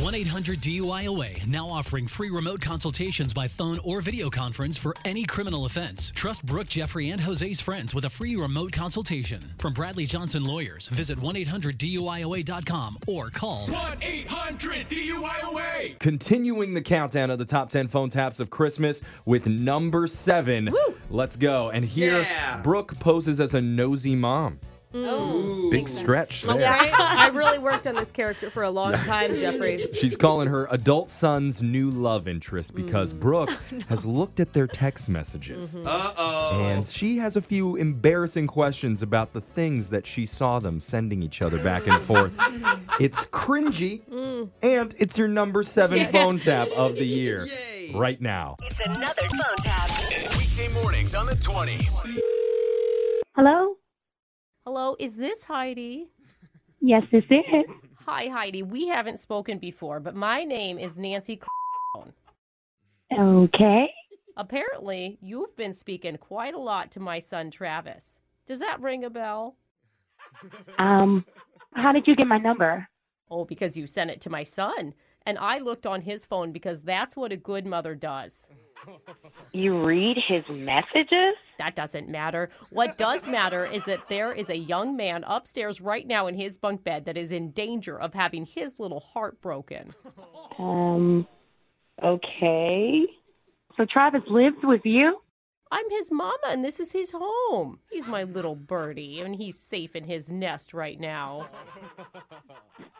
1 800 DUIOA now offering free remote consultations by phone or video conference for any criminal offense. Trust Brooke, Jeffrey, and Jose's friends with a free remote consultation. From Bradley Johnson Lawyers, visit 1 800 DUIOA.com or call 1 800 DUIOA. Continuing the countdown of the top 10 phone taps of Christmas with number seven. Let's go. And here, Yeah. Brooke poses as a nosy mom. Big stretch there. Oh, Right? I really worked on this character for a long time, Jeffrey. She's calling her adult son's new love interest because Brooke has looked at their text messages. Uh oh. And she has a few embarrassing questions about the things that she saw them sending each other back and forth. it's cringy, and it's your number seven phone tap of the year Yay. right now. It's another phone tap. Weekday mornings on the 20s. Hello? Hello, is this Heidi? Yes, this is. Hi, Heidi. We haven't spoken before, but my name is Nancy. Okay. Apparently, you've been speaking quite a lot to my son, Travis. Does that ring a bell? Um, how did you get my number? Oh, because you sent it to my son. And I looked on his phone because that's what a good mother does. You read his messages? That doesn't matter. What does matter is that there is a young man upstairs right now in his bunk bed that is in danger of having his little heart broken. Um, okay. So Travis lives with you? I'm his mama and this is his home. He's my little birdie and he's safe in his nest right now.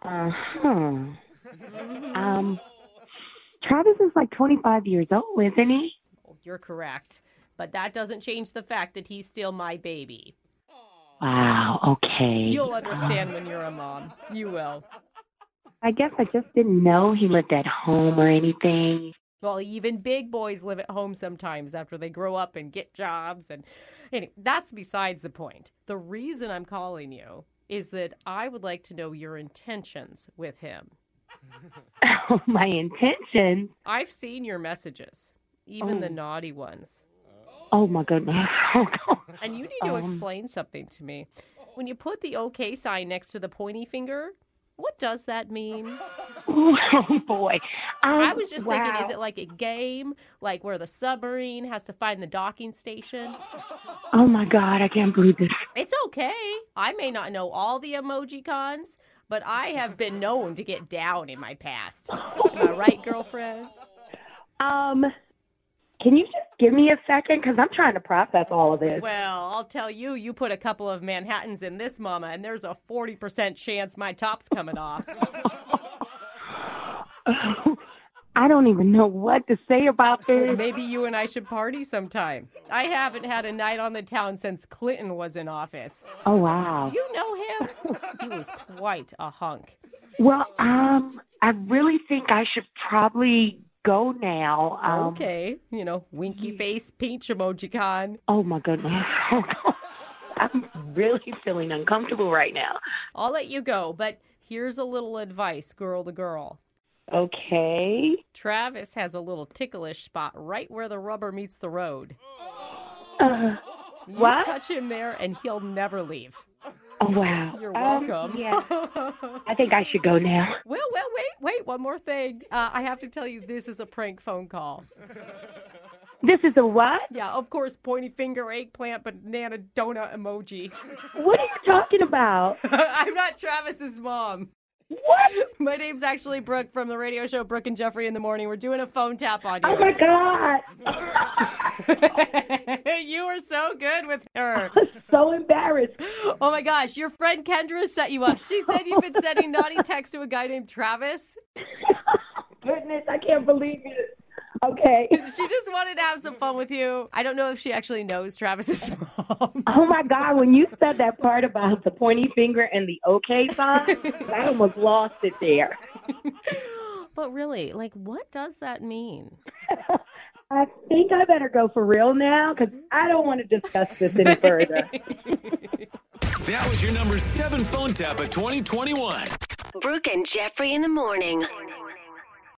Uh huh. Um, Travis is like 25 years old, isn't he? Oh, You're correct. But that doesn't change the fact that he's still my baby. Wow, okay. You'll understand when you're a mom. You will. I guess I just didn't know he lived at home or anything. Well, even big boys live at home sometimes after they grow up and get jobs. And anyway, that's besides the point. The reason I'm calling you is that I would like to know your intentions with him. Oh, my intention. I've seen your messages, even the naughty ones. Oh my goodness. Oh, God. And you need to explain something to me. When you put the OK sign next to the pointy finger, what does that mean? oh boy. Um, I was just thinking, wow. is it like a game, like where the submarine has to find the docking station? Oh my God, I can't believe this. It's okay. I may not know all the emoji cons, but I have been known to get down in my past. Am I right, girlfriend? Um, can you just give me a second? Because I'm trying to process all of this. Well, I'll tell you, you put a couple of Manhattans in this mama, and there's a 40% chance my top's coming off. I don't even know what to say about this. Maybe you and I should party sometime. I haven't had a night on the town since Clinton was in office. Oh wow. Do you know him? He was quite a hunk. Well, um, I really think I should probably go now. Um, Okay, you know, winky face, peach emoji con. Oh my goodness. Oh, God. I'm really feeling uncomfortable right now. I'll let you go, but here's a little advice, girl to girl. Okay. Travis has a little ticklish spot right where the rubber meets the road. Uh, You What? touch him there and he'll never leave. oh wow. You're Um, welcome. yeah. I think I should go now. Well, well, wait, wait, one more thing. Uh, I have to tell you, this is a prank phone call. This is a what? Yeah, of course, pointy finger, eggplant, banana, donut emoji. What are you talking about? I'm not Travis's mom. What? My name's actually Brooke from the radio show Brooke and Jeffrey in the Morning. We're doing a phone tap on Oh you. my god. you were so good with her. So embarrassed. Oh my gosh, your friend Kendra set you up. She said you've been sending naughty texts to a guy named Travis. Goodness, I can't believe it. Okay. She just wanted to have some fun with you. I don't know if she actually knows Travis's mom. Oh my God, when you said that part about the pointy finger and the okay sign, I almost lost it there. But really, like, what does that mean? I think I better go for real now because I don't want to discuss this any further. That was your number seven phone tap of 2021. Brooke and Jeffrey in the morning.